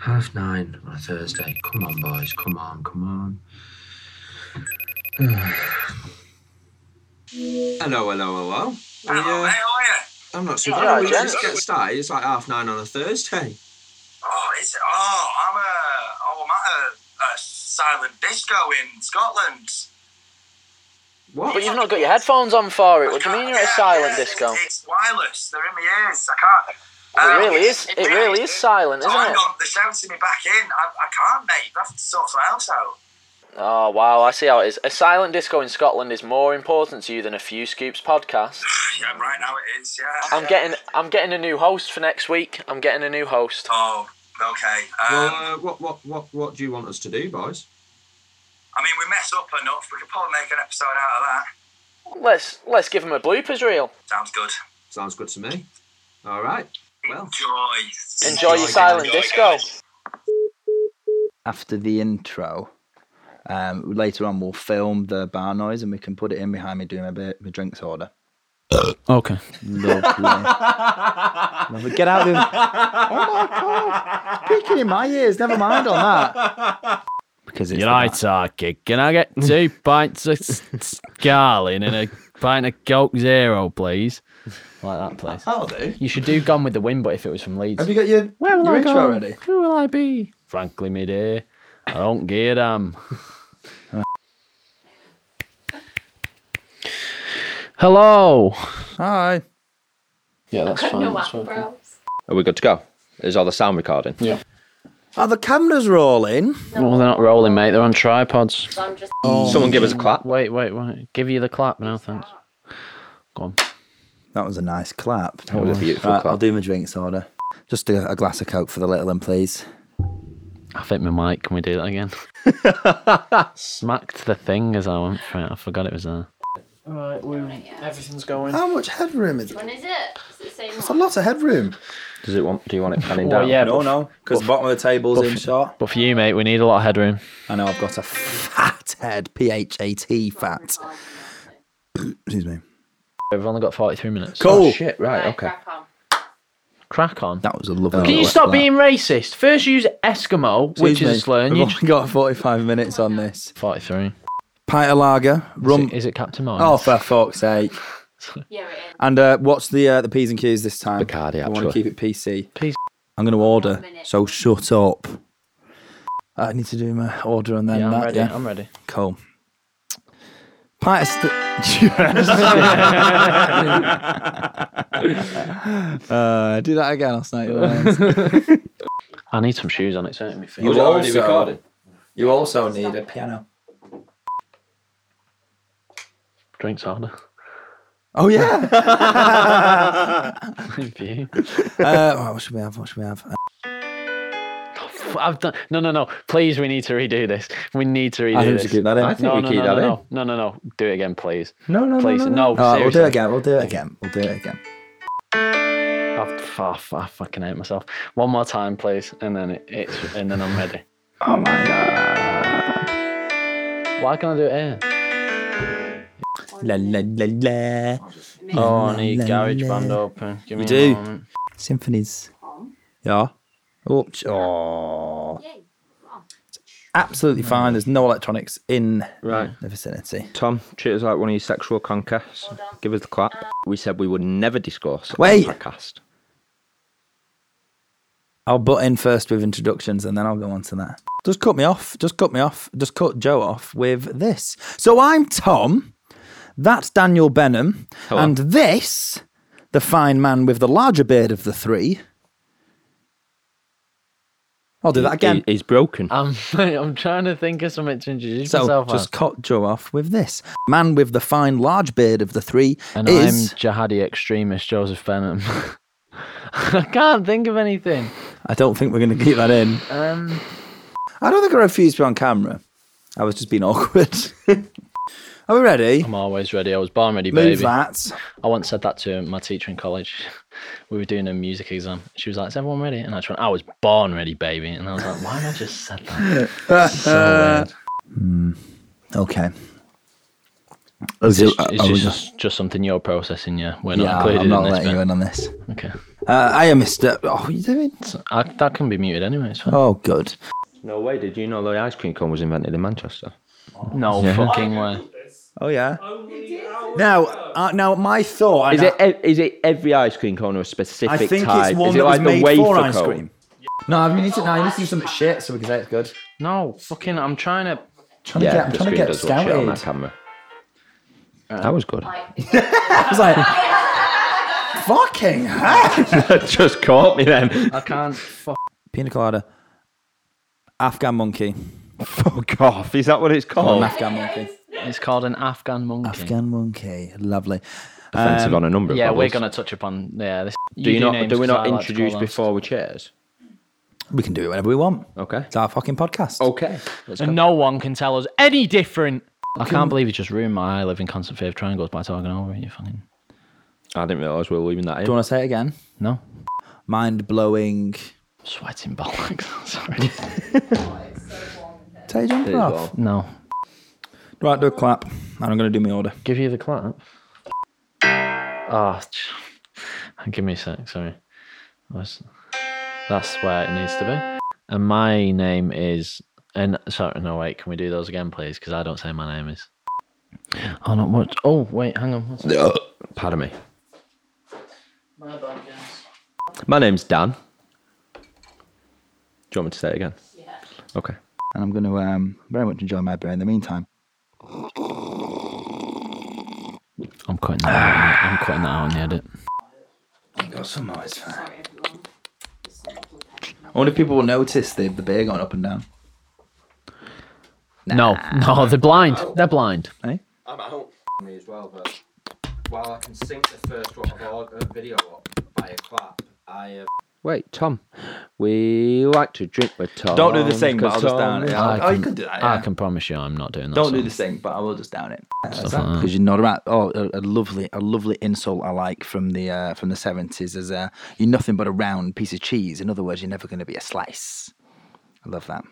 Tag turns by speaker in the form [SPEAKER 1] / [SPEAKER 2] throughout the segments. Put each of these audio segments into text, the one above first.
[SPEAKER 1] Half nine on a Thursday. Come on, boys. Come on, come on. hello, hello, hello.
[SPEAKER 2] Hello,
[SPEAKER 1] We, uh,
[SPEAKER 2] mate, how are you?
[SPEAKER 1] I'm not sure.
[SPEAKER 2] Oh, Yeah,
[SPEAKER 1] Why don't we
[SPEAKER 2] yeah.
[SPEAKER 1] just get started. It's like half nine on a Thursday.
[SPEAKER 2] Oh, it's oh, I'm a oh, I'm at a, a silent disco in Scotland.
[SPEAKER 1] What?
[SPEAKER 3] But you've not got your headphones on for it. What do you mean you're at a
[SPEAKER 2] Yeah,
[SPEAKER 3] silent
[SPEAKER 2] yeah,
[SPEAKER 3] disco?
[SPEAKER 2] It's, it's wireless. They're in my ears. I can't. um,
[SPEAKER 3] It really is. It really is silent,
[SPEAKER 2] Oh,
[SPEAKER 3] isn't
[SPEAKER 2] hang
[SPEAKER 3] it?
[SPEAKER 2] on, they're shouting me back in. I, I can't, mate. You have to sort something else out.
[SPEAKER 3] Oh wow, I see how it is. A silent disco in Scotland is more important to you than a few scoops podcast.
[SPEAKER 2] Yeah, right now it is. Yeah.
[SPEAKER 3] I'm getting I'm getting a new host for next week. I'm getting a new host.
[SPEAKER 2] Oh, okay.
[SPEAKER 1] Well,
[SPEAKER 2] Um,
[SPEAKER 1] uh, what, what, what, what do you want us to do, boys?
[SPEAKER 2] I mean, we mess up enough. We could probably make an episode out of that.
[SPEAKER 3] Let's let's give him a bloopers reel.
[SPEAKER 2] Sounds good.
[SPEAKER 1] Sounds good to me. All right. Well,
[SPEAKER 2] Enjoy.
[SPEAKER 3] Enjoy your silent disco.
[SPEAKER 4] after the intro. Um, later on, we'll film the bar noise and we can put it in behind me doing my, bit, my drinks order.
[SPEAKER 5] Okay.
[SPEAKER 4] Lovely. Lovely. Get out of the. Oh my god! Peeking in my ears. Never mind on that. Because it's
[SPEAKER 5] You're
[SPEAKER 4] the
[SPEAKER 5] right, Arky. Can I get two pints of s- Scarlin and a pint of Coke Zero, please? Like that, please.
[SPEAKER 4] I'll do.
[SPEAKER 5] You should do Gone with the Wind, but if it was from Leeds.
[SPEAKER 4] Have you got your,
[SPEAKER 5] Where will
[SPEAKER 4] your
[SPEAKER 5] I
[SPEAKER 4] intro
[SPEAKER 5] go?
[SPEAKER 4] ready?
[SPEAKER 5] Who will I be? Frankly, me dear, I don't get um. Hello.
[SPEAKER 4] Hi.
[SPEAKER 5] Yeah, that's fine.
[SPEAKER 6] eyebrows.
[SPEAKER 7] Are we good to go? Is all the sound recording? Yeah.
[SPEAKER 4] Are the cameras rolling?
[SPEAKER 5] Well, they're not rolling, mate. They're on tripods.
[SPEAKER 6] So I'm just
[SPEAKER 7] Someone give us a clap.
[SPEAKER 5] Wait, wait, wait. Give you the clap now, thanks. Go on.
[SPEAKER 4] That was a nice Oh, clap.
[SPEAKER 7] That was a beautiful
[SPEAKER 4] Right,
[SPEAKER 7] clap.
[SPEAKER 4] I'll do my drinks order. Just a, a glass of coke for the little one, please.
[SPEAKER 5] I think my mic. Can we do that again? Smacked the thing as I went for it. I forgot it was there. Right, we everything's going.
[SPEAKER 4] How much headroom is it?
[SPEAKER 6] when is it? Is it the same
[SPEAKER 4] It's a
[SPEAKER 6] one?
[SPEAKER 4] lot of headroom.
[SPEAKER 7] Does it want? Do you want it panning
[SPEAKER 5] Well,
[SPEAKER 7] down?
[SPEAKER 5] yeah,
[SPEAKER 4] No,
[SPEAKER 5] but,
[SPEAKER 4] no, because the bottom of the table's in shot.
[SPEAKER 5] but for you, mate, we need a lot of headroom.
[SPEAKER 4] I know I've got a fat head, P H A T, fat. Excuse me.
[SPEAKER 5] We've only got 43 minutes.
[SPEAKER 4] Cool.
[SPEAKER 7] Shit. Right.
[SPEAKER 6] Right,
[SPEAKER 7] Okay.
[SPEAKER 6] crack on.
[SPEAKER 5] Crack on.
[SPEAKER 4] That was a lovely.
[SPEAKER 5] Can you
[SPEAKER 4] little
[SPEAKER 5] stop
[SPEAKER 4] clap.
[SPEAKER 5] being racist? First use Eskimo,
[SPEAKER 4] Excuse
[SPEAKER 5] which is
[SPEAKER 4] me,
[SPEAKER 5] a slur, and
[SPEAKER 4] We've
[SPEAKER 5] you
[SPEAKER 4] only got 45 minutes on this.
[SPEAKER 5] 43. Is
[SPEAKER 4] Pint of lager, rum.
[SPEAKER 5] it- Is it Captain Morgan?
[SPEAKER 4] Oh, for fuck's sake!
[SPEAKER 6] Yeah, it
[SPEAKER 4] And uh, what's the uh, the P's and Q's this time?
[SPEAKER 7] Bacardi,
[SPEAKER 4] I want to
[SPEAKER 7] actually.
[SPEAKER 4] keep it PC.
[SPEAKER 5] P's.
[SPEAKER 4] I'm going to order.
[SPEAKER 6] minute.
[SPEAKER 4] So shut up. I need to do my order and then
[SPEAKER 5] yeah, I'm
[SPEAKER 4] that.
[SPEAKER 5] ready.
[SPEAKER 4] Yeah,
[SPEAKER 5] I'm ready.
[SPEAKER 4] cool. Pint of st- uh, do that again. I'll snake your lines.
[SPEAKER 5] I need some shoes on. It's hurting me feet.
[SPEAKER 4] You
[SPEAKER 7] Was it already
[SPEAKER 4] also-
[SPEAKER 7] recording?
[SPEAKER 4] You also need a piano.
[SPEAKER 5] Drinks harder.
[SPEAKER 4] Oh yeah.
[SPEAKER 5] Thank you.
[SPEAKER 4] uh, right, what should we have? What should we have?
[SPEAKER 5] I've done. No, no, no. Please, we need to redo this. We need to redo
[SPEAKER 4] I think we
[SPEAKER 5] this.
[SPEAKER 4] should keep that in.
[SPEAKER 7] I think
[SPEAKER 5] no,
[SPEAKER 7] we
[SPEAKER 5] no,
[SPEAKER 7] keep
[SPEAKER 5] no,
[SPEAKER 7] that
[SPEAKER 5] no,
[SPEAKER 7] in.
[SPEAKER 5] no, no, no, no. Do it again, please.
[SPEAKER 4] No, no,
[SPEAKER 5] Please, no,
[SPEAKER 4] All right, Oh, we'll do it
[SPEAKER 5] seriously.
[SPEAKER 4] again. We'll do it again. We'll do it again.
[SPEAKER 5] I, f- I fucking hate myself. One more time, please, and then it, it's and then I'm ready.
[SPEAKER 4] Oh my god.
[SPEAKER 5] Why can't I do it here?
[SPEAKER 4] La la la la.
[SPEAKER 6] is.
[SPEAKER 5] Oh, I need
[SPEAKER 4] La, la,
[SPEAKER 5] garage band
[SPEAKER 4] la.
[SPEAKER 5] open. Give me
[SPEAKER 4] You
[SPEAKER 5] a
[SPEAKER 4] do.
[SPEAKER 5] moment.
[SPEAKER 4] Symphonies. Yeah. Oh, ch- oh.
[SPEAKER 6] Yay.
[SPEAKER 4] Absolutely fine. There's no electronics in
[SPEAKER 7] Right.
[SPEAKER 4] the vicinity.
[SPEAKER 7] Tom, treat us like one of your sexual conquests. Give us the clap. We said we would never discuss.
[SPEAKER 4] Wait.
[SPEAKER 7] On podcast.
[SPEAKER 4] I'll butt in first with introductions and then I'll go on to that. Just cut me off. Just cut me off. Just cut Joe off with this. So I'm Tom. That's Daniel Benham.
[SPEAKER 7] Hello.
[SPEAKER 4] And this, the fine man with the larger beard of the three. I'll do that again.
[SPEAKER 7] He- he's broken.
[SPEAKER 5] I'm, I'm trying to think of something to introduce
[SPEAKER 4] So
[SPEAKER 5] myself
[SPEAKER 4] just
[SPEAKER 5] as.
[SPEAKER 4] cut Joe off with this. Man with the fine large beard of the three
[SPEAKER 5] And
[SPEAKER 4] is.
[SPEAKER 5] I'm jihadi extremist Joseph Benham. I can't think of anything.
[SPEAKER 4] I don't think we're going to keep that in.
[SPEAKER 5] Um,
[SPEAKER 4] I don't think I refused to be on camera. I was just being awkward. Are we ready?
[SPEAKER 5] I'm always ready. I was born ready,
[SPEAKER 4] Move
[SPEAKER 5] baby.
[SPEAKER 4] that.
[SPEAKER 5] I once said that to my teacher in college. We were doing a music exam. She was like, "Is everyone ready?" And I just went, "I was born ready, baby." And I was like, "Why did I just said that?"
[SPEAKER 4] Uh,
[SPEAKER 5] so weird.
[SPEAKER 4] Okay.
[SPEAKER 5] It's, it's just, just something you're processing. Yeah, we're not
[SPEAKER 4] yeah,
[SPEAKER 5] included
[SPEAKER 4] I'm not
[SPEAKER 5] in this
[SPEAKER 4] letting you
[SPEAKER 5] bit.
[SPEAKER 4] in on this.
[SPEAKER 5] Okay.
[SPEAKER 4] Uh, hiya, Mister. Oh, what are you doing?
[SPEAKER 5] So, I, that can be muted anyway. It's fine.
[SPEAKER 4] Oh, good.
[SPEAKER 7] No way. Did you know the ice cream cone was invented in Manchester?
[SPEAKER 5] No fucking way.
[SPEAKER 4] Oh yeah. Now, uh, now, my thought.
[SPEAKER 7] Is
[SPEAKER 4] and
[SPEAKER 7] it ev- is it every ice cream cone or a specific
[SPEAKER 4] I, I think
[SPEAKER 7] type?
[SPEAKER 4] it's one
[SPEAKER 7] is it
[SPEAKER 4] that was
[SPEAKER 7] like the
[SPEAKER 4] made for
[SPEAKER 7] wafer
[SPEAKER 4] ice
[SPEAKER 7] cone?
[SPEAKER 4] cream. No, I mean, you need to, no, you need to do something shit so we can say it's good.
[SPEAKER 5] No fucking. I'm trying to.
[SPEAKER 4] Trying
[SPEAKER 7] Yeah,
[SPEAKER 4] to get, I'm
[SPEAKER 7] the
[SPEAKER 4] trying to
[SPEAKER 7] screen
[SPEAKER 4] get
[SPEAKER 7] does look shit on that
[SPEAKER 4] scouted. Uh,
[SPEAKER 7] camera. that was good.
[SPEAKER 4] I was like, fucking hell.
[SPEAKER 7] That just caught me then.
[SPEAKER 5] I can't. Fuck.
[SPEAKER 4] Pina colada, Afghan monkey,
[SPEAKER 7] Fuck off. Is that what it's
[SPEAKER 4] Or an
[SPEAKER 7] called?
[SPEAKER 4] Afghan monkey,
[SPEAKER 5] It's called an Afghan monkey.
[SPEAKER 4] Afghan monkey. Lovely.
[SPEAKER 7] Offensive on a number of
[SPEAKER 5] Yeah, we're
[SPEAKER 7] levels.
[SPEAKER 5] gonna touch upon. Yeah, this.
[SPEAKER 7] Do you, not?
[SPEAKER 5] names
[SPEAKER 7] Do we
[SPEAKER 5] 'cause
[SPEAKER 7] not
[SPEAKER 5] I like to
[SPEAKER 7] introduce
[SPEAKER 5] call last.
[SPEAKER 7] before we cheers?
[SPEAKER 4] We can do it whenever we want.
[SPEAKER 7] Okay.
[SPEAKER 4] It's our fucking podcast.
[SPEAKER 7] Okay. Let's go.
[SPEAKER 5] And no one can tell us any different. I can't believe you just ruined my I live in constant fear of triangles by talking over it, you fucking.
[SPEAKER 7] I didn't realise we were leaving that in.
[SPEAKER 4] Do you want to say it again?
[SPEAKER 5] No.
[SPEAKER 4] Mind blowing.
[SPEAKER 5] Sweating bollocks. Sorry.
[SPEAKER 4] Take your jumper
[SPEAKER 7] It is
[SPEAKER 4] off.
[SPEAKER 7] well.
[SPEAKER 5] no.
[SPEAKER 4] Right, do a clap. And I'm going to do my order.
[SPEAKER 5] Give you the clap. Ah, oh, give me a sec. Sorry. That's, that's where it needs to be. And my name is. And sorry, no wait. Can we do those again, please? Because I don't say my name is. Oh, not much. Oh, wait, hang on. What's
[SPEAKER 7] Pardon me. My name's Dan. Do you want me to say it again? Yeah. Okay.
[SPEAKER 4] And I'm going to um, very much enjoy my beer in the meantime.
[SPEAKER 5] I'm cutting that. Out. I'm cutting that out in the edit.
[SPEAKER 4] got some noise Only people will notice the, the beer going up and down.
[SPEAKER 5] No, no, they're blind. They're blind.
[SPEAKER 4] Eh?
[SPEAKER 7] I'm out. Me as well, but while I can sync the first one of all uh, video up by a clap, I. Uh... Wait, Tom. We like to drink with Tom.
[SPEAKER 4] Don't do the sing, but I'll
[SPEAKER 7] 'cause
[SPEAKER 4] just
[SPEAKER 7] Tom-
[SPEAKER 4] down it.
[SPEAKER 5] I
[SPEAKER 4] oh, you
[SPEAKER 5] can-
[SPEAKER 4] could do that.
[SPEAKER 5] I
[SPEAKER 4] yeah.
[SPEAKER 5] can promise you, I'm not doing that.
[SPEAKER 4] Don't do
[SPEAKER 5] song.
[SPEAKER 4] the sing, but I will just down it. Because
[SPEAKER 5] like that.
[SPEAKER 4] you know about oh a, a lovely a lovely insult I like from the uh, from the seventies is uh, you're nothing but a round piece of cheese. In other words, you're never going to be a slice. I love that.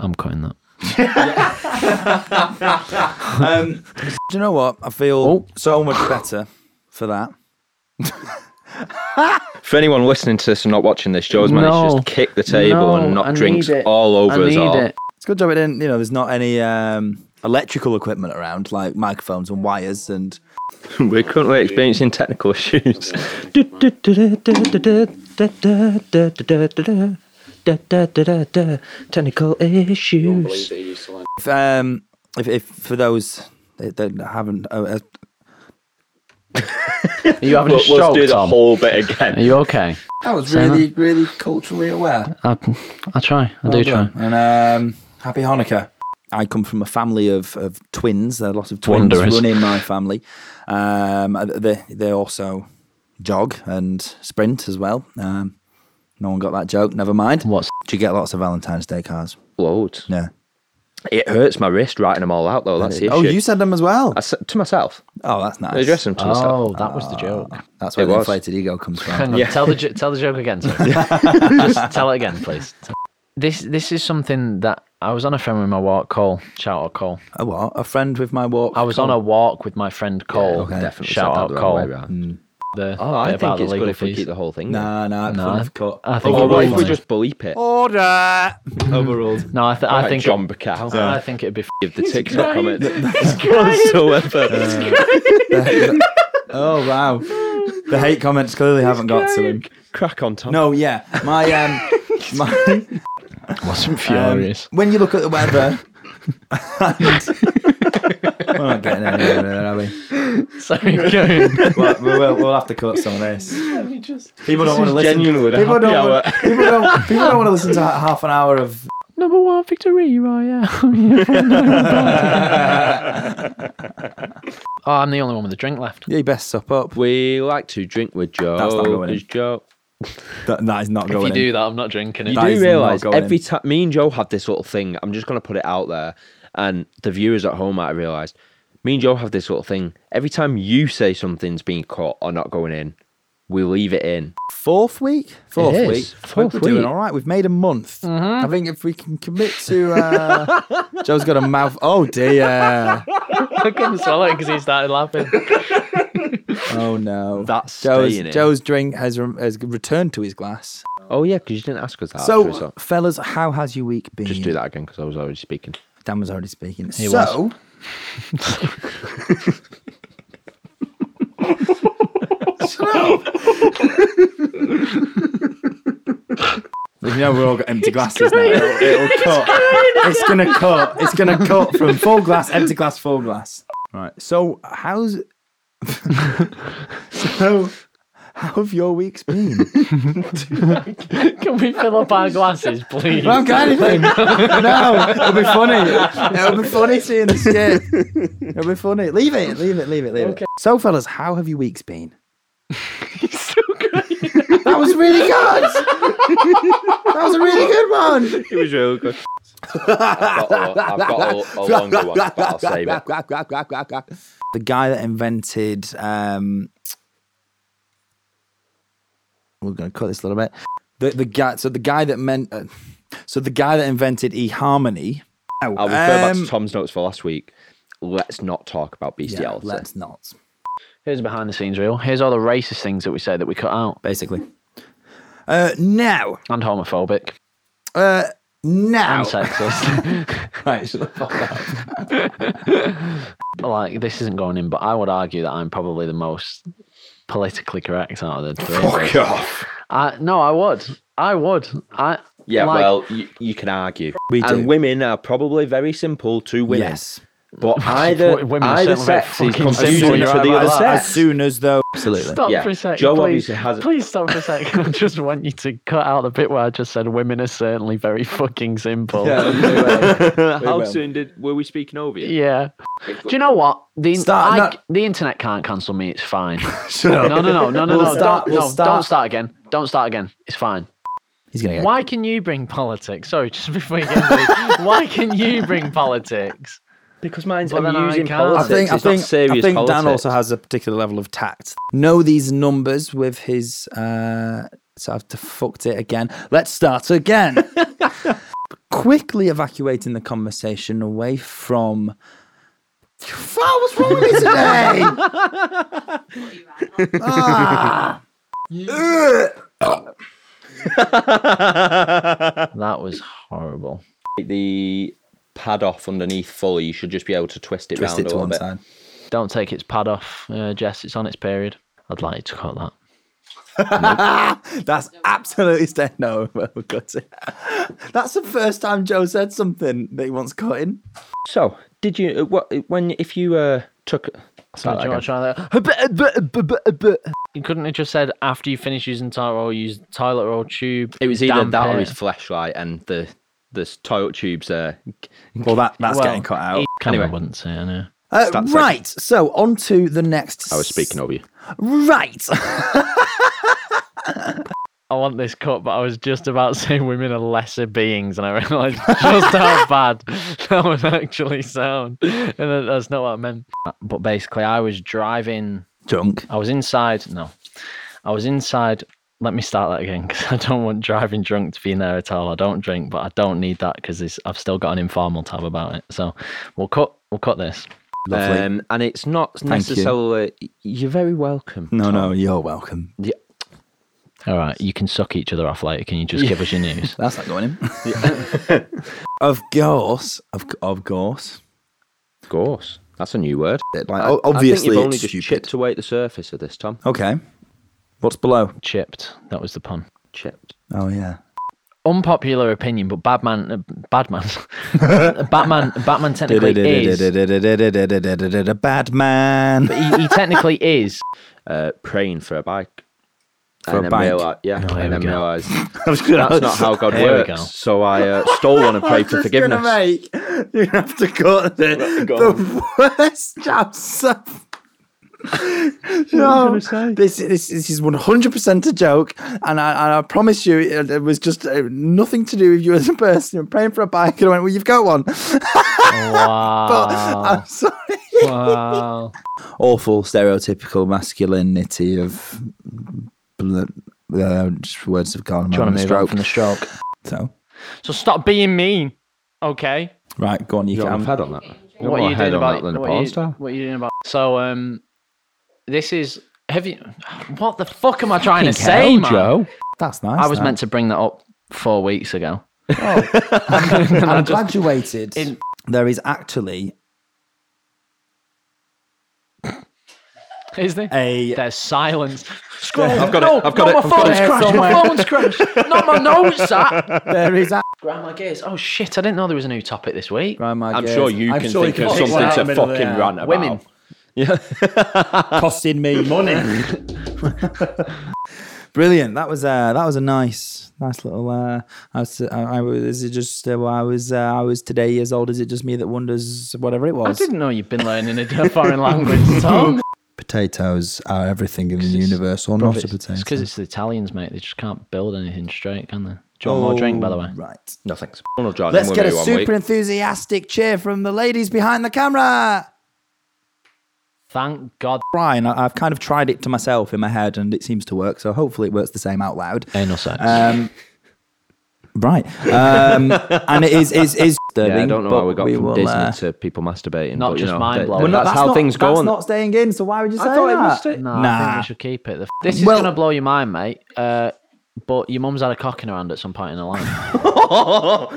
[SPEAKER 5] I'm cutting that.
[SPEAKER 4] Do you know what? I feel
[SPEAKER 5] Oh.
[SPEAKER 4] so much better for that.
[SPEAKER 7] For anyone listening to this and not watching this, Joe's managed
[SPEAKER 5] No.
[SPEAKER 7] to just kick the table
[SPEAKER 5] No,
[SPEAKER 7] and knock
[SPEAKER 5] I
[SPEAKER 7] drinks
[SPEAKER 5] need it.
[SPEAKER 7] all over
[SPEAKER 5] I
[SPEAKER 7] us
[SPEAKER 5] need
[SPEAKER 7] all.
[SPEAKER 5] it.
[SPEAKER 4] It's a good job it didn't. You know, there's not any um, electrical equipment around like microphones and wires and
[SPEAKER 7] We're currently experiencing technical issues.
[SPEAKER 8] Technical issues.
[SPEAKER 4] if, um, if, if for those that, that haven't uh, uh,
[SPEAKER 5] Are you having a
[SPEAKER 7] But
[SPEAKER 5] stroke,
[SPEAKER 7] let's do the
[SPEAKER 5] Tom?
[SPEAKER 7] whole bit
[SPEAKER 5] Are
[SPEAKER 7] again.
[SPEAKER 5] you okay?
[SPEAKER 4] that was
[SPEAKER 5] Say
[SPEAKER 4] really really culturally aware.
[SPEAKER 5] I, I try. I do try.
[SPEAKER 4] And um, happy Hanukkah. I come from a family of, of twins. There are lots of twins
[SPEAKER 5] Wanderers.
[SPEAKER 4] running my family. Um, they they also jog and sprint as well. Um, no one got that joke. Never mind.
[SPEAKER 5] What's
[SPEAKER 4] Do you get lots of Valentine's Day cards?
[SPEAKER 7] Loads.
[SPEAKER 4] Yeah.
[SPEAKER 7] It hurts my wrist writing them all out though. That's the issue.
[SPEAKER 4] Oh, you said them as well.
[SPEAKER 7] I said to myself.
[SPEAKER 4] Oh, that's nice.
[SPEAKER 7] I addressed them to myself.
[SPEAKER 5] Oh, that was
[SPEAKER 4] Ah.
[SPEAKER 5] the joke.
[SPEAKER 4] That's where
[SPEAKER 7] It
[SPEAKER 4] the
[SPEAKER 7] was.
[SPEAKER 4] inflated ego comes
[SPEAKER 5] Hang
[SPEAKER 4] from.
[SPEAKER 5] on. Tell the jo- tell the joke again. Sorry. Just tell it again, please. This this is something that I was on a friend with my walk, Cole. Shout out, Cole.
[SPEAKER 4] a what? A friend with my walk.
[SPEAKER 5] I was on a walk with my friend Cole.
[SPEAKER 4] okay.
[SPEAKER 7] Definitely
[SPEAKER 5] Shout
[SPEAKER 7] said that
[SPEAKER 5] out,
[SPEAKER 7] the wrong
[SPEAKER 5] Cole.
[SPEAKER 7] way around.
[SPEAKER 5] The
[SPEAKER 7] Oh, I
[SPEAKER 5] bit
[SPEAKER 7] think
[SPEAKER 5] about the
[SPEAKER 7] it's good
[SPEAKER 5] legal
[SPEAKER 7] if we
[SPEAKER 5] fees.
[SPEAKER 7] keep Oh. the whole thing. in.
[SPEAKER 4] Nah, nah.
[SPEAKER 5] No,
[SPEAKER 4] No. I've cut.
[SPEAKER 5] I think
[SPEAKER 7] Or
[SPEAKER 5] it
[SPEAKER 7] what
[SPEAKER 5] would
[SPEAKER 7] if we
[SPEAKER 5] be-
[SPEAKER 7] just bleep it?
[SPEAKER 4] Order.
[SPEAKER 7] Overruled.
[SPEAKER 5] no, I, th- I
[SPEAKER 7] Right,
[SPEAKER 5] think
[SPEAKER 7] John
[SPEAKER 5] it,
[SPEAKER 7] Bacow.
[SPEAKER 5] I think it'd be
[SPEAKER 7] Give the TikTok comment whatsoever.
[SPEAKER 4] Oh wow. The hate comments clearly haven't got to him.
[SPEAKER 7] Crack on, Tom.
[SPEAKER 4] No, yeah. My um, my
[SPEAKER 5] wasn't
[SPEAKER 4] um,
[SPEAKER 5] furious.
[SPEAKER 4] when you look at the weather. and- we're not getting anywhere, there, are we?
[SPEAKER 5] Sorry, going.
[SPEAKER 4] Well, we will, we'll have to cut some of this. people don't want to listen.
[SPEAKER 7] Genuinely, the
[SPEAKER 4] People
[SPEAKER 7] happy
[SPEAKER 4] don't,
[SPEAKER 7] hour.
[SPEAKER 4] want, people don't. People don't want to listen to half an hour of.
[SPEAKER 5] Number one victory, Raya. oh, I'm the only one with a drink left.
[SPEAKER 4] Yeah, you best sup up.
[SPEAKER 7] We like to drink with Joe.
[SPEAKER 4] That's not going in.
[SPEAKER 7] Is Joe.
[SPEAKER 4] That, that is not
[SPEAKER 5] If
[SPEAKER 4] going.
[SPEAKER 5] you
[SPEAKER 4] in.
[SPEAKER 5] do that, I'm not drinking it.
[SPEAKER 4] That
[SPEAKER 7] Do
[SPEAKER 4] is
[SPEAKER 7] you
[SPEAKER 4] not
[SPEAKER 7] realise
[SPEAKER 4] going
[SPEAKER 7] every
[SPEAKER 4] in.
[SPEAKER 7] time me and Joe had this little thing? I'm just gonna put it out there, and the viewers at home might have realised. Me and Joe have this little thing. Every time you say something's being cut or not going in, we leave it in.
[SPEAKER 4] Fourth week? Fourth
[SPEAKER 7] is.
[SPEAKER 4] week.
[SPEAKER 7] Fourth
[SPEAKER 4] We're doing
[SPEAKER 7] week. Mm-hmm.
[SPEAKER 4] all right. We've made a month. I think if we can commit to. Uh, Joe's got a mouth. Oh, dear.
[SPEAKER 5] I couldn't swallow it because he started laughing.
[SPEAKER 4] Oh no.
[SPEAKER 7] That's
[SPEAKER 4] Joe's,
[SPEAKER 7] staying in.
[SPEAKER 4] Joe's drink has, re- has returned to his glass.
[SPEAKER 7] Oh yeah, because you didn't ask us that.
[SPEAKER 4] So, uh,
[SPEAKER 7] actually, so
[SPEAKER 4] fellas, how has your week been?
[SPEAKER 7] just do that again because I was already speaking.
[SPEAKER 4] Dan was already speaking.
[SPEAKER 5] He
[SPEAKER 4] so, you know, we're all got empty glasses now. It'll, it'll cut. It's gonna cut. It's gonna cut from full glass, empty glass, full glass. Right. So, how's so? How have your weeks been?
[SPEAKER 5] Can we fill up our glasses, please?
[SPEAKER 4] I haven't got anything. no, it'll be funny. It'll be funny seeing this shit. It'll be funny. Leave it, leave it, leave it, leave it. So, fellas, how have your weeks been? He's so good. that was really good. that was a really good one.
[SPEAKER 7] It was real good. I've got, a, I've got a, a longer one, but I'll save it.
[SPEAKER 4] The guy that invented. Um, we're going to cut this a little bit. The the guy. So the guy that meant. Uh, so the guy that invented eHarmony. Oh,
[SPEAKER 7] I'll refer back
[SPEAKER 4] um,
[SPEAKER 7] to Tom's notes for last week. Let's not talk about
[SPEAKER 4] yeah,
[SPEAKER 7] bestiality.
[SPEAKER 4] let's not.
[SPEAKER 5] Here's a behind the scenes reel. Here's all the racist things that we say that we cut out
[SPEAKER 4] Basically. Uh, now,
[SPEAKER 5] and homophobic
[SPEAKER 4] uh, now.
[SPEAKER 5] and sexist.
[SPEAKER 4] Right, shut the fuck up.
[SPEAKER 5] like this isn't going in, but I would argue that I'm probably the most politically correct out of the three. of us.
[SPEAKER 7] off.
[SPEAKER 5] I, no, I would. I would. I
[SPEAKER 7] Yeah,
[SPEAKER 5] like,
[SPEAKER 7] well, you, you can argue.
[SPEAKER 4] We
[SPEAKER 7] and
[SPEAKER 4] do.
[SPEAKER 7] women are probably very simple to women.
[SPEAKER 4] Yes.
[SPEAKER 7] But either,
[SPEAKER 5] Women are
[SPEAKER 7] either
[SPEAKER 5] certainly very
[SPEAKER 7] sex is
[SPEAKER 5] fucking
[SPEAKER 7] confusing
[SPEAKER 5] simple.
[SPEAKER 7] to the
[SPEAKER 5] You're right
[SPEAKER 7] other
[SPEAKER 5] about that.
[SPEAKER 4] As
[SPEAKER 7] sex.
[SPEAKER 4] soon as though. Absolutely.
[SPEAKER 5] Stop
[SPEAKER 7] Yeah.
[SPEAKER 5] for a second.
[SPEAKER 7] Joe
[SPEAKER 5] please,
[SPEAKER 7] obviously has-
[SPEAKER 5] Please stop for a second. I just want you to cut out the bit where I just said women are certainly very fucking simple. Yeah.
[SPEAKER 7] How
[SPEAKER 4] will.
[SPEAKER 7] soon did were we speaking over you?
[SPEAKER 5] Do you know what? The
[SPEAKER 4] Start-
[SPEAKER 5] I-
[SPEAKER 4] no.
[SPEAKER 5] the internet can't cancel me. It's fine. no, no, no, no, no,
[SPEAKER 4] We'll
[SPEAKER 5] no.
[SPEAKER 4] start-
[SPEAKER 5] don't,
[SPEAKER 4] we'll
[SPEAKER 5] no,
[SPEAKER 4] start-
[SPEAKER 5] don't start again. Don't start again. It's fine.
[SPEAKER 4] He's going to get.
[SPEAKER 5] Why can you bring politics? Sorry, just before you get into this, why can you bring politics?
[SPEAKER 7] Because mine's
[SPEAKER 5] Well, then I
[SPEAKER 7] amusing
[SPEAKER 5] can't.
[SPEAKER 4] I
[SPEAKER 7] politics.
[SPEAKER 4] think, I
[SPEAKER 7] it's not
[SPEAKER 4] think, I
[SPEAKER 7] serious
[SPEAKER 4] think Dan
[SPEAKER 7] politics.
[SPEAKER 4] also has a particular level of tact. Know these numbers with his. Uh, so I've to fucked it again. Let's start again. Quickly evacuating the conversation away from. Fuck, what's wrong with me today?
[SPEAKER 5] That was horrible.
[SPEAKER 7] the pad off underneath fully. You should just be able to twist it
[SPEAKER 4] Twist
[SPEAKER 7] round
[SPEAKER 4] it
[SPEAKER 7] a
[SPEAKER 4] to
[SPEAKER 7] little
[SPEAKER 4] one
[SPEAKER 7] bit.
[SPEAKER 4] side.
[SPEAKER 5] Don't take its pad off, uh, Jess. It's on its period. I'd like to cut that.
[SPEAKER 4] That's absolutely staying. No, we'll cut it. That's the first time Joe said something that he wants cutting.
[SPEAKER 7] So, did you uh, what when if you uh, took?
[SPEAKER 5] Do you want to try eh, that? eh. You couldn't have just said after you finish using toilet roll, use toilet roll tube.
[SPEAKER 7] It was either
[SPEAKER 5] damp
[SPEAKER 7] that or
[SPEAKER 5] air.
[SPEAKER 7] his flashlight and the the toilet tubes. Uh,
[SPEAKER 4] Well, that, that's
[SPEAKER 5] Well,
[SPEAKER 4] getting cut out.
[SPEAKER 5] He kind
[SPEAKER 7] Anyway.
[SPEAKER 5] of wouldn't say it. No.
[SPEAKER 4] Uh,
[SPEAKER 7] That's like-
[SPEAKER 4] right. So on to the next.
[SPEAKER 7] I was speaking over you.
[SPEAKER 4] Right.
[SPEAKER 5] I want this cut, but I was just about to say women are lesser beings, and I realised just how bad that would actually sound. And that- that's not what I meant. But basically, I was driving.
[SPEAKER 4] Drunk.
[SPEAKER 5] I was inside. No, I was inside. Let me start that again because I don't want driving drunk to be in there at all. I don't drink, but I don't need that because I've still got an informal tab about it. So we'll cut. We'll cut this.
[SPEAKER 4] Lovely.
[SPEAKER 7] Um, and it's not
[SPEAKER 4] you.
[SPEAKER 7] necessarily. You. are very welcome.
[SPEAKER 4] No, no, you're welcome.
[SPEAKER 5] All right, you can suck each other off later. Can you just give us your news?
[SPEAKER 4] That's not going in. of course, of, of course.
[SPEAKER 7] Of course, that's a new word.
[SPEAKER 4] Like,
[SPEAKER 7] I-
[SPEAKER 4] o-
[SPEAKER 7] I
[SPEAKER 4] obviously,
[SPEAKER 7] think you've only
[SPEAKER 4] it's
[SPEAKER 7] just
[SPEAKER 4] stupid.
[SPEAKER 7] chipped away at the surface of this, Tom.
[SPEAKER 4] Okay. What's below?
[SPEAKER 5] Chipped. That was the pun.
[SPEAKER 7] Chipped.
[SPEAKER 4] Oh yeah.
[SPEAKER 5] unpopular opinion, but Batman, uh, Batman, Batman, Batman technically is.
[SPEAKER 4] Bad man.
[SPEAKER 5] He, he technically is.
[SPEAKER 7] Uh, praying for a bike.
[SPEAKER 4] For a
[SPEAKER 7] then
[SPEAKER 4] bike.
[SPEAKER 7] reali- yeah,
[SPEAKER 5] here
[SPEAKER 7] and then
[SPEAKER 5] we go.
[SPEAKER 7] realised
[SPEAKER 4] That's not
[SPEAKER 7] that's not how God
[SPEAKER 5] Here we
[SPEAKER 7] works.
[SPEAKER 5] go.
[SPEAKER 7] So I uh, stole one and prayed for forgiveness.
[SPEAKER 4] Make, you have to cut it. The worst job so- No, this, this this is one hundred percent a joke, and I and I promise you, it, it was just uh, nothing to do with you as a person. You're praying for a bike, and I went, "Well, you've got one."
[SPEAKER 5] Ah,
[SPEAKER 4] But
[SPEAKER 5] Wow.
[SPEAKER 4] I'm sorry.
[SPEAKER 5] wow.
[SPEAKER 4] Ah. Awful stereotypical masculinity of uh, just words of God.
[SPEAKER 5] Do you want to move on from the stroke?
[SPEAKER 4] So
[SPEAKER 5] So stop being mean, okay?
[SPEAKER 4] right, go on. You
[SPEAKER 7] You got
[SPEAKER 4] can.
[SPEAKER 7] my head on that. You got
[SPEAKER 5] what
[SPEAKER 7] my
[SPEAKER 5] are you
[SPEAKER 7] head
[SPEAKER 5] doing
[SPEAKER 7] on
[SPEAKER 5] about
[SPEAKER 7] that than a
[SPEAKER 5] what, are
[SPEAKER 7] porn
[SPEAKER 5] you,
[SPEAKER 7] star.
[SPEAKER 5] what are you doing about? So um, this is have you? What the fuck am I trying to
[SPEAKER 7] Fucking hell,
[SPEAKER 5] say, man?
[SPEAKER 7] Joe.
[SPEAKER 4] That's nice.
[SPEAKER 5] I was
[SPEAKER 4] that.
[SPEAKER 5] meant to bring that up four weeks ago.
[SPEAKER 4] And I graduated.
[SPEAKER 5] In-
[SPEAKER 4] there is actually
[SPEAKER 5] Is there?
[SPEAKER 4] a
[SPEAKER 5] There's silence. Scroll.
[SPEAKER 7] I've got
[SPEAKER 5] no,
[SPEAKER 7] it, I've got
[SPEAKER 5] no,
[SPEAKER 7] it,
[SPEAKER 5] my
[SPEAKER 7] I've got
[SPEAKER 5] phone's
[SPEAKER 4] it
[SPEAKER 5] crashed.
[SPEAKER 4] somewhere.
[SPEAKER 5] My phone's crashed. Not my notes. That.
[SPEAKER 4] there is a-
[SPEAKER 5] Grandma Gears. Oh shit! I didn't know there was a new topic this week.
[SPEAKER 4] Right, my
[SPEAKER 7] I'm
[SPEAKER 4] gears.
[SPEAKER 7] sure you
[SPEAKER 4] I'm
[SPEAKER 7] can
[SPEAKER 4] sure
[SPEAKER 7] think of
[SPEAKER 4] pick one out
[SPEAKER 7] something
[SPEAKER 4] the
[SPEAKER 7] to
[SPEAKER 4] middle of the
[SPEAKER 7] fucking
[SPEAKER 4] air.
[SPEAKER 7] rant about.
[SPEAKER 5] Women.
[SPEAKER 4] costing me money. Brilliant. That was uh, that was a nice, nice little. Uh, I was, I, I was. Is it just? Uh, well, I was. Uh, I was today years old. Is it just me that wonders? Whatever it
[SPEAKER 5] I
[SPEAKER 4] was.
[SPEAKER 5] didn't know you've been learning a foreign language, Tom.
[SPEAKER 4] Potatoes are everything in the universe, or not a potato.
[SPEAKER 5] It's because it's the Italians, mate. They just can't build anything straight, can they? Do you want more drink, by the way?
[SPEAKER 4] Oh, Right.
[SPEAKER 7] No thanks. Ronald Jordan,
[SPEAKER 4] Let's
[SPEAKER 7] we'll
[SPEAKER 4] get a
[SPEAKER 7] do one
[SPEAKER 4] super
[SPEAKER 7] week.
[SPEAKER 4] enthusiastic cheer from the ladies behind the camera.
[SPEAKER 5] Thank God.
[SPEAKER 4] Brian, I, I've kind of tried it to myself in my head, and it seems to work. So hopefully, it works the same out loud.
[SPEAKER 5] Anal sex.
[SPEAKER 4] Um, right. Um, and it is is is.
[SPEAKER 7] Yeah, I
[SPEAKER 4] disturbing,
[SPEAKER 7] don't know
[SPEAKER 4] but
[SPEAKER 7] how we got from
[SPEAKER 4] will,
[SPEAKER 7] Disney
[SPEAKER 4] uh,
[SPEAKER 7] to people masturbating. but,
[SPEAKER 5] Not
[SPEAKER 7] you
[SPEAKER 5] just
[SPEAKER 7] know,
[SPEAKER 5] mind
[SPEAKER 7] that- that-
[SPEAKER 5] blowing.
[SPEAKER 4] no,
[SPEAKER 5] Well,
[SPEAKER 7] that's, how
[SPEAKER 4] not-
[SPEAKER 7] things go
[SPEAKER 4] that's
[SPEAKER 7] on.
[SPEAKER 4] not staying in. So why would you say
[SPEAKER 7] thought it
[SPEAKER 4] that?
[SPEAKER 7] was sta-
[SPEAKER 5] no, I
[SPEAKER 4] nah.
[SPEAKER 5] think we should keep it. The f- This is
[SPEAKER 4] Well-
[SPEAKER 5] gonna blow your mind, mate. Uh, but your mum's had a cock in her hand at some point in her life.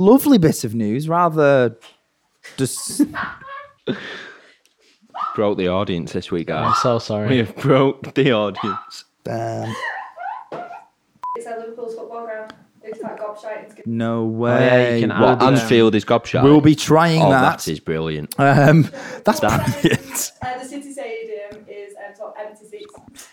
[SPEAKER 4] Lovely bit of news, rather. Just
[SPEAKER 7] broke the audience this week,
[SPEAKER 5] I'm
[SPEAKER 7] guys.
[SPEAKER 5] so
[SPEAKER 7] We
[SPEAKER 5] sorry.
[SPEAKER 7] have broke the audience.
[SPEAKER 4] um,
[SPEAKER 6] It's at Liverpool's football ground. It's like gobshite. It's good.
[SPEAKER 4] no
[SPEAKER 7] Oh,
[SPEAKER 5] you
[SPEAKER 4] way.
[SPEAKER 5] can add- um,
[SPEAKER 4] Well,
[SPEAKER 7] What, Anfield is gobshite?
[SPEAKER 4] we'll be trying
[SPEAKER 7] Oh,
[SPEAKER 4] that.
[SPEAKER 7] that is brilliant.
[SPEAKER 4] um, that's brilliant.
[SPEAKER 6] Uh, the City Stadium is um, sort of empty seats.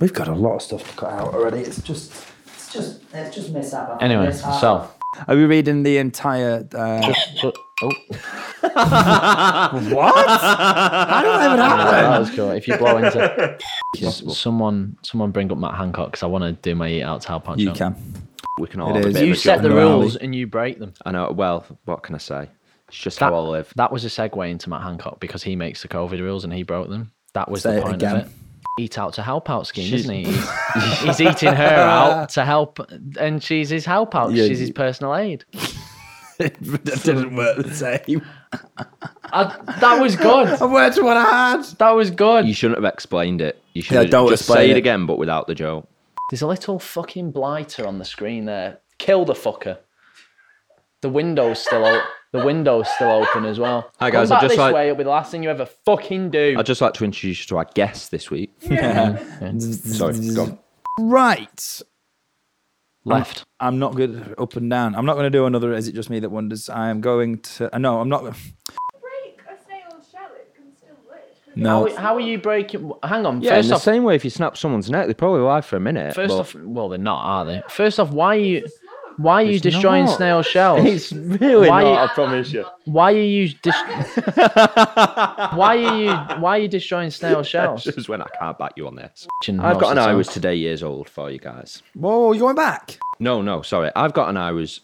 [SPEAKER 4] We've got a lot of stuff to cut out already. It's just, it's just, it's just mess up.
[SPEAKER 5] Anyway, so
[SPEAKER 4] Are we reading the entire? Uh,
[SPEAKER 5] so- oh,
[SPEAKER 4] what? I don't even have that.
[SPEAKER 5] that was cool. If you blow into someone, someone bring up Matt Hancock because I want to do my eat out tail punch.
[SPEAKER 4] You
[SPEAKER 5] out.
[SPEAKER 4] can.
[SPEAKER 7] We can all
[SPEAKER 4] It
[SPEAKER 7] have a
[SPEAKER 4] is.
[SPEAKER 7] bit of
[SPEAKER 5] You
[SPEAKER 7] a
[SPEAKER 5] set
[SPEAKER 7] joke.
[SPEAKER 5] the
[SPEAKER 4] Jordan Morley.
[SPEAKER 5] rules and you break them.
[SPEAKER 7] I know. Well, what can I say? It's just
[SPEAKER 5] That-
[SPEAKER 7] how I live.
[SPEAKER 5] That was a segue into Matt Hancock because he makes the COVID rules and he broke them. That was
[SPEAKER 4] Say
[SPEAKER 5] the
[SPEAKER 4] it
[SPEAKER 5] point
[SPEAKER 4] again.
[SPEAKER 5] of it. Eat out to help out scheme, isn't he? He's, he's eating her out to help, and she's his help out.
[SPEAKER 4] Yeah,
[SPEAKER 5] she's his
[SPEAKER 4] you-
[SPEAKER 5] personal aid.
[SPEAKER 4] that didn't work the same.
[SPEAKER 5] I- that was good.
[SPEAKER 4] I worked what I had.
[SPEAKER 5] That was good.
[SPEAKER 7] You shouldn't have explained it. You should have
[SPEAKER 4] don't
[SPEAKER 7] just
[SPEAKER 4] explain
[SPEAKER 7] say it
[SPEAKER 4] it.
[SPEAKER 7] again, but without the joke.
[SPEAKER 5] There's a little fucking blighter on the screen there. Kill the fucker. The window's still open. The window's still open as well.
[SPEAKER 7] Hi, guys,
[SPEAKER 5] Come
[SPEAKER 7] I
[SPEAKER 5] back
[SPEAKER 7] just
[SPEAKER 5] this
[SPEAKER 7] like-
[SPEAKER 5] way. It'll be the last thing you ever fucking do.
[SPEAKER 7] I'd just like to introduce you to our guest this week. Sorry, go on.
[SPEAKER 4] Right.
[SPEAKER 5] Left.
[SPEAKER 4] I'm not good at up and down. I'm not going to do another. Is it just me that wonders? I am going to. uh, No, I'm not.
[SPEAKER 6] Break a snail's shell. It can still live.
[SPEAKER 4] No.
[SPEAKER 5] How, how are you breaking? Hang on.
[SPEAKER 7] Yeah, in
[SPEAKER 5] first
[SPEAKER 7] the
[SPEAKER 5] off,
[SPEAKER 7] same way, if you snap someone's neck, they're probably alive for a minute.
[SPEAKER 5] First
[SPEAKER 7] but-
[SPEAKER 5] off, well, they're not, are they? First off, why are you, why are you destroying
[SPEAKER 7] not.
[SPEAKER 5] snail shells?
[SPEAKER 7] it's really
[SPEAKER 5] Why-
[SPEAKER 7] not. I promise you.
[SPEAKER 5] why are you, dis- why are you, why are you destroying snail shells?
[SPEAKER 7] This is when I can't back you on this.
[SPEAKER 5] Most
[SPEAKER 7] I've got an
[SPEAKER 5] of the
[SPEAKER 7] I
[SPEAKER 5] time.
[SPEAKER 7] was today years old for you guys.
[SPEAKER 4] Whoa, you're going back?
[SPEAKER 7] No, no, sorry. I've got an I was.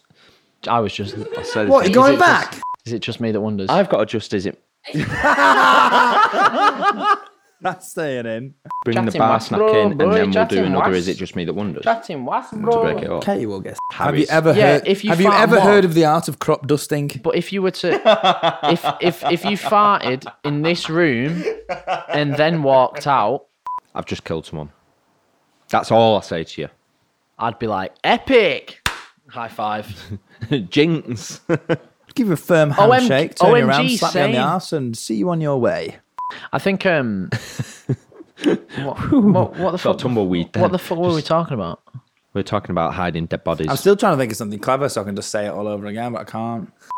[SPEAKER 5] I was just.
[SPEAKER 7] I said
[SPEAKER 4] What? You're
[SPEAKER 7] this-
[SPEAKER 4] going
[SPEAKER 5] it just-
[SPEAKER 4] back?
[SPEAKER 5] Is it just me that wonders?
[SPEAKER 7] I've got a just is it
[SPEAKER 4] That's staying in.
[SPEAKER 7] bring the
[SPEAKER 5] Chatting
[SPEAKER 7] bar
[SPEAKER 5] wax,
[SPEAKER 7] snack
[SPEAKER 5] bro,
[SPEAKER 7] in, and
[SPEAKER 5] bro,
[SPEAKER 7] then we'll do
[SPEAKER 5] chatting
[SPEAKER 7] another
[SPEAKER 5] wax.
[SPEAKER 7] is it just me that wonders
[SPEAKER 5] Chatting was,
[SPEAKER 7] to
[SPEAKER 5] bro.
[SPEAKER 7] break it up.
[SPEAKER 4] Katie will guess.
[SPEAKER 7] Harry's.
[SPEAKER 4] Have you ever
[SPEAKER 5] Yeah,
[SPEAKER 4] heard?
[SPEAKER 5] if you
[SPEAKER 4] have you
[SPEAKER 5] farm
[SPEAKER 4] ever
[SPEAKER 5] one-
[SPEAKER 4] heard of the art of crop dusting?
[SPEAKER 5] But if you were to, if if if you farted in this room and then walked out,
[SPEAKER 7] I've just killed someone. That's all I say to
[SPEAKER 5] I'd be like, epic. High five.
[SPEAKER 7] you. Jinx.
[SPEAKER 4] Give you a firm
[SPEAKER 5] OMG
[SPEAKER 4] handshake, turn you around,
[SPEAKER 5] same.
[SPEAKER 4] slap you on the arse, and see you on your way.
[SPEAKER 5] I think um. what, what, what the
[SPEAKER 7] Got
[SPEAKER 5] fuck?
[SPEAKER 7] tumbleweed. Then.
[SPEAKER 5] What the fuck were we talking about?
[SPEAKER 7] We're talking about hiding dead bodies.
[SPEAKER 4] I'm still trying to think of something clever so I can just say it all over again, but I can't.